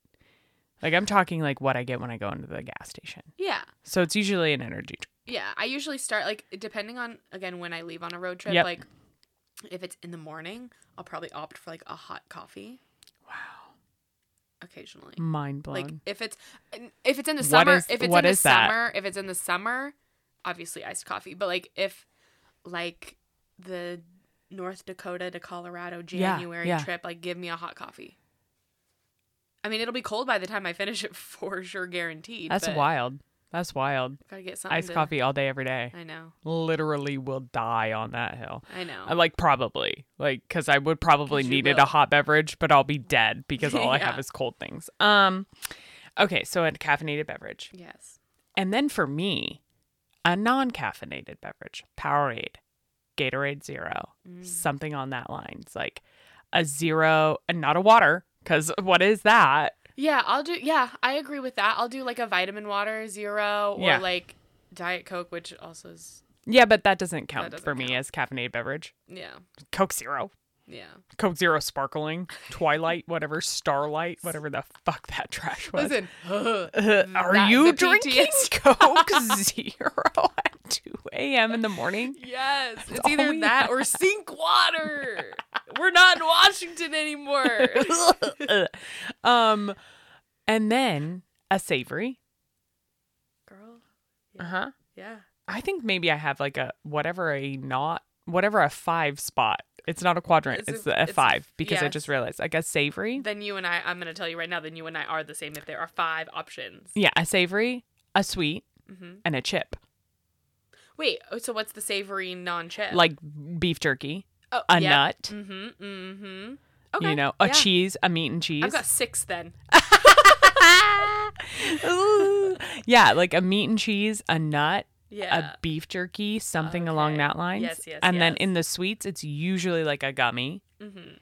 Like I'm talking like what I get when I go into the gas station. Yeah. So it's usually an energy drink. Yeah. I usually start like depending on again when I leave on a road trip Yep. like if it's in the morning, I'll probably opt for like a hot coffee Wow, occasionally. mind blown. Like if it's if it's in the What summer, is- if it's what in the is that? summer, if it's in the summer, obviously iced coffee. But like if like the North Dakota to Colorado Yeah, January yeah. trip, like give me a hot coffee. I mean, it'll be cold by the time I finish it for sure, guaranteed. That's but wild. That's wild. Gotta get something. Iced to- coffee all day, every day. I know. Literally will die on that hill. I know. I Uh, Like, probably. Like, because I would probably 'Cause you needed will. a hot beverage, but I'll be dead because all I have Yeah. is cold things. Um, okay, so a caffeinated beverage. yes. And then for me, a non caffeinated beverage, Powerade, Gatorade Zero, Mm. something on that line. It's like a zero and not a water, because what is that? Yeah, I'll do. Yeah, I agree with that. I'll do like a vitamin water zero or Yeah. like Diet Coke, which also is Yeah, but that doesn't count doesn't for me count. as caffeinated beverage. yeah, Coke Zero. yeah. Coke Zero Sparkling, Twilight, whatever, Starlight, whatever the fuck that trash was. Listen, Uh, are that- you the drinking PTSD. Coke Zero at 2 a.m. in the morning? Yes, it's all either we that or sink water. We're not in Washington anymore. um, and then a savory. Girl, Uh-huh. huh. yeah. I think maybe I have like a whatever a not whatever a five spot It's not a quadrant. It's a- It's, the it's F a- five because I yes. just realized. I guess savory. Then you and I, I'm going to tell you right now, then you and I are the same if there are five options. Yeah, a savory, a sweet, Mhm. and a chip. Wait, oh, so what's the savory non chip? Like beef jerky, oh, a yep. nut. Mm-hmm. Mm-hmm. Okay. You know, a yeah. cheese, a meat and cheese. I've got six then. Ooh. yeah, like a meat and cheese, a nut, Yeah. a beef jerky, something along Okay. that lines. Yes, yes, and then yes. in the sweets, it's usually like a gummy. Mhm.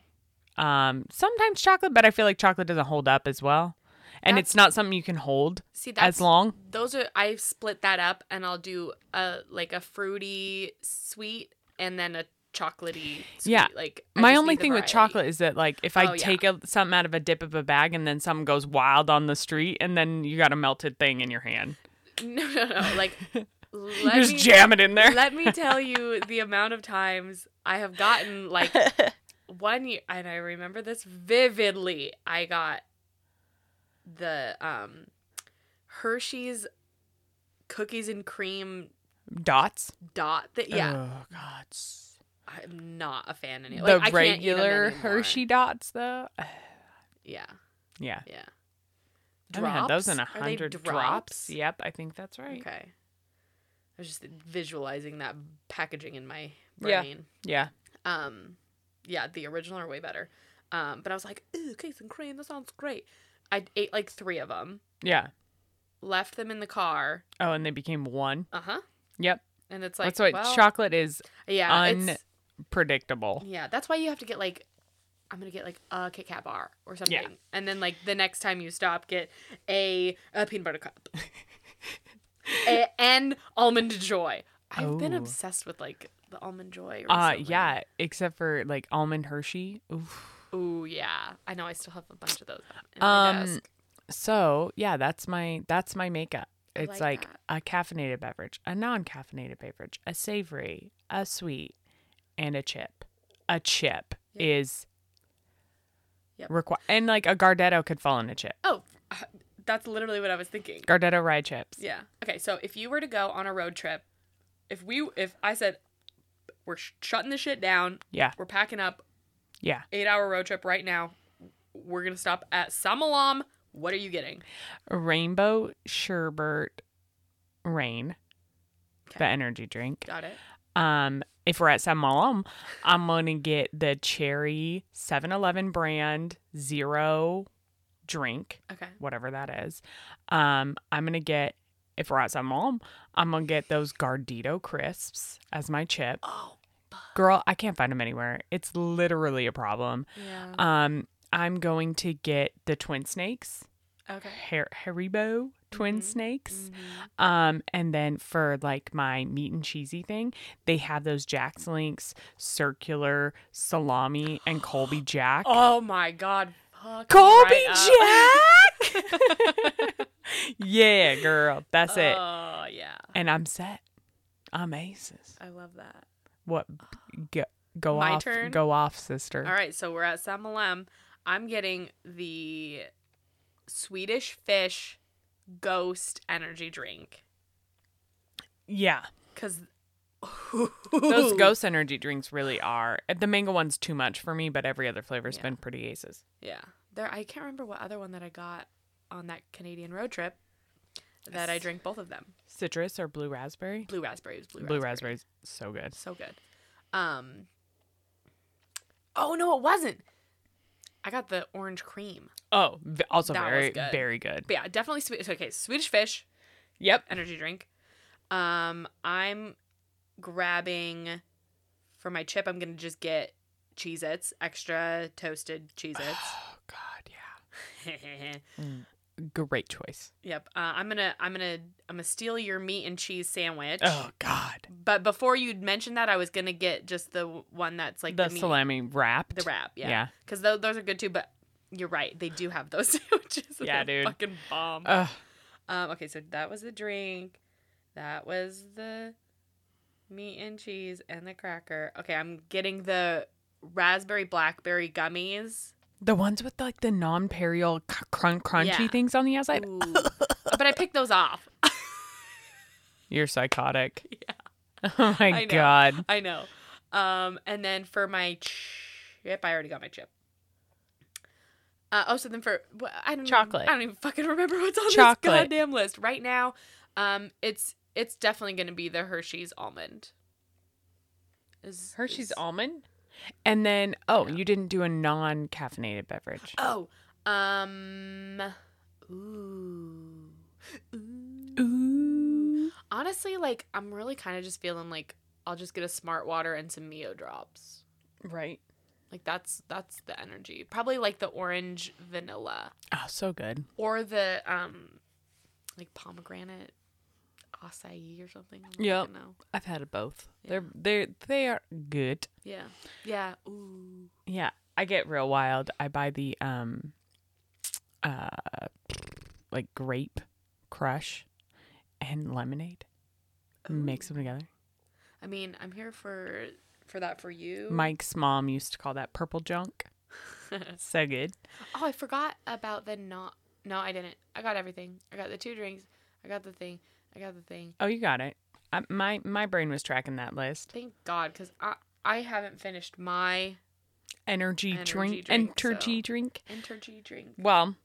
Um, sometimes chocolate, but I feel like chocolate doesn't hold up as well. And it's not something you can hold See, that's as long. those are I split that up and I'll do a like a fruity sweet and then a chocolatey. Sweet. Yeah. Like I My just only need the thing with variety. chocolate is that, like, if I Oh, yeah. take a, something out of a dip of a bag and then something goes wild on the street, and then you got a melted thing in your hand, No, no, no. Like let you just me, jam it in there. Let me tell you the amount of times I have gotten like one year, and I remember this vividly. I got the um Hershey's cookies and cream Dots. dot that yeah Oh God. s- i'm not a fan anymore The like, I can't eat 'em regular anymore. Hershey dots, though. yeah Yeah. yeah I haven't had those in a Drops? Are they hundred drops? drops? Yep, I think that's right. okay i was just visualizing that packaging in my Yeah. brain Yeah. Um, yeah, the original are way better. Um, but I was like, ooh, cakes and cream, that sounds great. I ate like three of them, Yeah. left them in the car. Oh, and they became one. Uh huh. Yep. And it's like, that's why well, chocolate is yeah, it's, predictable. yeah. That's why you have to get like, I'm gonna get like a Kit Kat bar or something, Yeah. and then like the next time you stop, get a, a peanut butter cup, a, and almond joy. I've been Oh. obsessed with like the almond joy. Uh recently. yeah, except for like almond Hershey. Oof. Ooh yeah. I know. I still have a bunch of those. In my Um, desk. So yeah, that's my that's my makeup. It's like, like a caffeinated beverage, a non-caffeinated beverage, a savory, a sweet, and a chip. A chip is Yep. requi- and like a Gardetto could fall in a chip. Oh, uh, that's literally what I was thinking. Gardetto rye chips. Yeah. Okay, so if you were to go on a road trip, if we if I said we're sh- shutting this shit down, Yeah. we're packing up, Yeah. 8-hour road trip right now. We're going to stop at Samalam. What are you getting? rainbow sherbet rain the Okay. energy drink Got it. um if we're at San Malam, i'm gonna get the cherry 7-eleven brand zero drink Okay. whatever that is um i'm gonna get if we're at San Malam, i'm gonna get those gardito crisps as my chip Oh. girl i can't find them anywhere it's literally a problem Yeah. um i'm going to get the twin snakes Okay. Har- haribo twin Mhm. snakes Mhm. um, and then for like my meat and cheesy thing, they have those Jack's Links circular salami and Colby Jack. Oh my god. Fuck me Colby right up. Jack! yeah, girl, that's it. Oh, yeah. And I'm set. I'm aces. I love that. What? Go, go My off, turn? go off, sister. All right, so we're at Samalam. I'm getting the Swedish fish ghost energy drink Yeah, because those Ghost Energy drinks really are. The mango one's too much for me, but every other flavor's Yeah. been pretty aces. Yeah, there. I can't remember what other one that I got on that Canadian road trip that I drank both of them. Citrus or blue raspberry? Blue raspberries. Blue, Blue raspberry. raspberry's so good. So good. Um. Oh no, it wasn't. I got the orange cream. Oh, v- also That was very, good. very good. But yeah, definitely sweet. Okay, Swedish fish. Yep. energy drink. Um, I'm grabbing for my chip. I'm gonna just get Cheez Its, extra toasted Cheez Oh God, yeah. Its. Great choice. yep. Uh, I'm gonna I'm gonna I'm gonna steal your meat and cheese sandwich. Oh God, But before you'd mention that, I was gonna get just the w- one that's like the meat, salami wrapped. the wrap. Yeah. Yeah. Cause tho- those are good too. But you're right, they do have those sandwiches. and Yeah, they're dude. Fucking bomb. Ugh. Um, okay, so that was the drink. That was the meat and cheese and the cracker. Okay, I'm getting the raspberry blackberry gummies. the ones with like the non-perial cr- crun- crunchy Yeah. things on the outside. Ooh. but I picked those off. You're psychotic. Yeah. Oh my I know. God. I know. Um, and then for my chip, I already got my chip. Uh, oh, so then for wh- I don't Chocolate. Even, I don't even fucking remember what's on Chocolate. this goddamn list right now. Um, it's it's definitely gonna be the Hershey's almond. Is Hershey's almond. almond. And then, oh, you didn't do a non caffeinated beverage. Oh, um, ooh. ooh. Ooh. Honestly, like I'm really kind of just feeling like I'll just get a smart water and some Mio drops. Right. Like that's that's the energy. Probably like the orange vanilla Oh, so good. or the um, like pomegranate acai or something. I don't Yep. fucking know. I've had both. They're they're they are good. Yeah. Yeah. Ooh. Yeah, I get real wild. I buy the um uh like grape crush and lemonade. Mix them together. I mean, I'm here for for that for you. Mike's mom used to call that purple junk. so good. Oh, I forgot about the not. No, I didn't. I got everything. I got the two drinks. I got the thing. I got the thing. Oh, you got it. I, my my brain was tracking that list. Thank God, because I I haven't finished my Energy, Energy drink, drink, so- energy drink. energy drink. Well,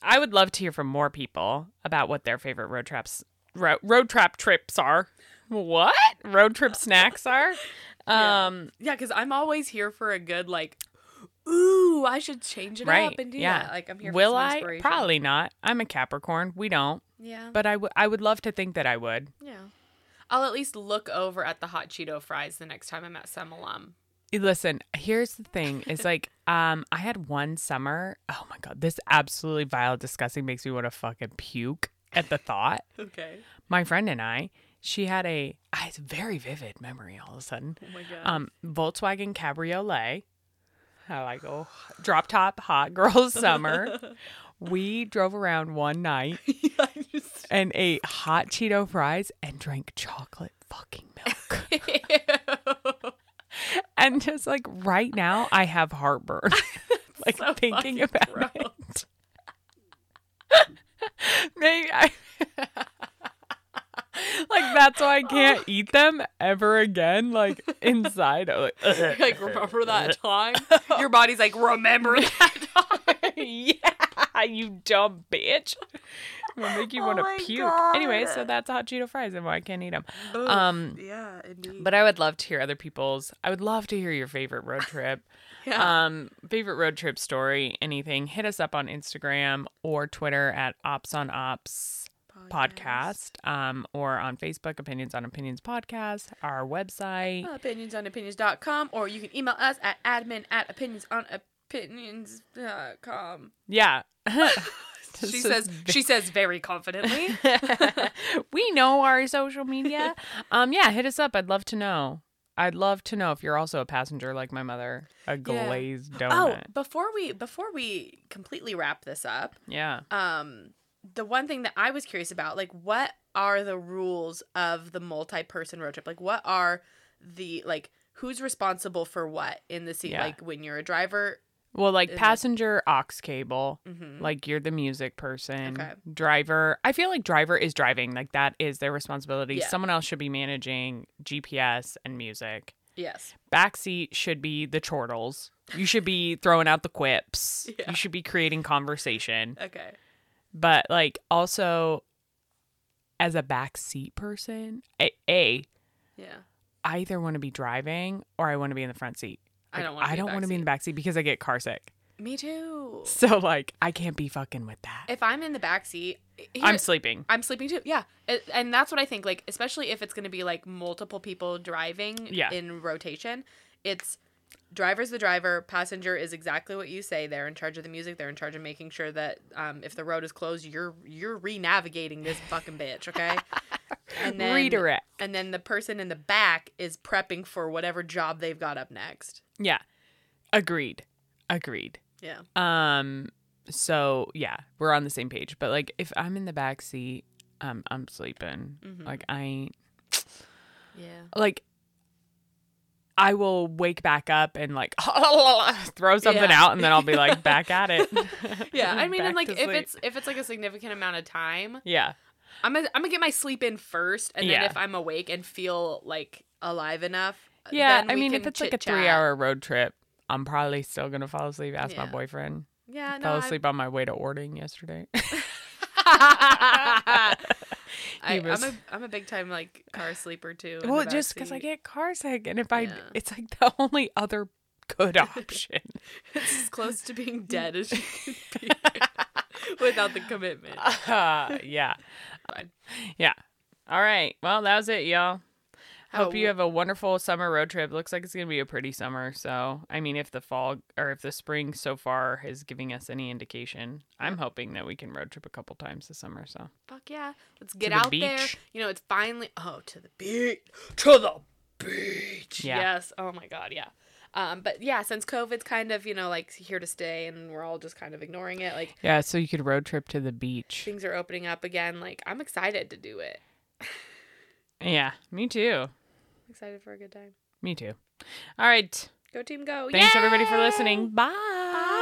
I would love to hear from more people about what their favorite road traps ro- road trap trips are. What road trip snacks are? Um, Yeah, because I'm always here for a good like. Ooh, I should change it right? up and do yeah, that. Like I'm here. Will for some I? inspiration. Probably not. I'm a Capricorn. We don't. Yeah. But I would. I would love to think that I would. yeah. I'll at least look over at the hot Cheeto fries the next time I'm at Semalam. Eh, Listen, here's the thing. It's like, um, I had one summer. Oh my god, this absolutely vile, disgusting makes me want to fucking puke at the thought. Okay. my friend and I, she had a ah, it's a very vivid memory all of a sudden. Oh my god. Um, Volkswagen Cabriolet. I like oh drop top hot girl summer. we drove around one night I just- and ate hot Cheeto fries and drank chocolate fucking milk. Ew. and just like right now I have heartburn. like thinking about it. Maybe I like that's why I can't eat them ever again. Like inside, I'm like, like remember that time your body's like remember that time yeah, you dumb bitch. It'll make you want to Oh my puke. God. Anyway, so that's hot Cheeto fries and why I can't eat them. Um, yeah indeed But I would love to hear other people's. I would love to hear your favorite road trip. Yeah. Um, favorite road trip story, anything. Hit us up on Instagram or Twitter at Ops on Ops Oh, podcast, um, or on Facebook, Opinions on Opinions podcast, our website. opinionsonopinions.com or you can email us at admin at opinionsonopinions.com Yeah. This she is says she says very confidently we know our social media. Um, yeah, hit us up. I'd love to know. I'd love to know if you're also a passenger like my mother, a glazed oh donut. before we before we completely wrap this up Yeah. um the one thing that I was curious about, like what are the rules of the multi-person road trip? Like what are the like who's responsible for what in the seat? Yeah. Like when you're a driver, Well, like Is it- passenger aux cable, Mhm. like you're the music person. Okay. Driver, I feel like driver is driving, like that is their responsibility. Yeah. Someone else should be managing GPS and music. yes, Backseat should be the chortles. You should be throwing out the quips. Yeah. You should be creating conversation. okay, But like also as a backseat person, a, a yeah, I either want to be driving or I want to be in the front seat. I Like, don't want. I don't want to be in the backseat because I get car sick. backseat. Me too. So like I can't be fucking with that. If I'm in the back seat, I'm sleeping. I'm sleeping too. Yeah, A- and that's what I think. Like especially if it's going to be like multiple people driving Yeah. in rotation, it's driver's the driver, passenger is exactly what you say. They're in charge of the music. They're in charge of making sure that um, if the road is closed, you're you're re-navigating this fucking bitch, okay? And then Redirect. And then the person in the back is prepping for whatever job they've got up next. Yeah. Agreed. Agreed. Yeah. Um so yeah, we're on the same page. But like if I'm in the back seat, um I'm sleeping. Mhm. Like I ain't Yeah. like I will wake back up and like throw something Yeah. out and then I'll be like back at it. Yeah. I mean, and Back like to if sleep. it's if it's like a significant amount of time, Yeah. I'm gonna, I'm gonna get my sleep in first, and then Yeah. if I'm awake and feel like alive enough, Yeah, then I we mean, if can it's like a chit-chat. three-hour road trip, I'm probably still gonna fall asleep. Ask my Yeah. boyfriend. yeah, no, Fell I'm- asleep on my way to Ording yesterday. I, He was- I'm a I'm a big time like car sleeper too. in well, the just because I backseat. get car sick, and if I, Yeah. it's like the only other good option. it's as close to being dead as you can be without the commitment. Uh, yeah, Fine. yeah. All right. Well, that was it, y'all. Hope How- you have a wonderful summer road trip. Looks like it's gonna be a pretty summer. So, I mean, if the fall or if the spring so far is giving us any indication, I'm hoping that we can road trip a couple times this summer. So, Fuck yeah. Let's get the out there. beach. You know, it's finally oh, to the beach. To the beach. Yeah. Yes. Oh my god, yeah. Um, but yeah, since COVID's kind of, you know, like here to stay and we're all just kind of ignoring it, like yeah. So you could road trip to the beach. things are opening up again, like I'm excited to do it. Yeah, me too. Excited for a good time. Me too. All right. Go team go. Thanks everybody for Yay! listening. Bye.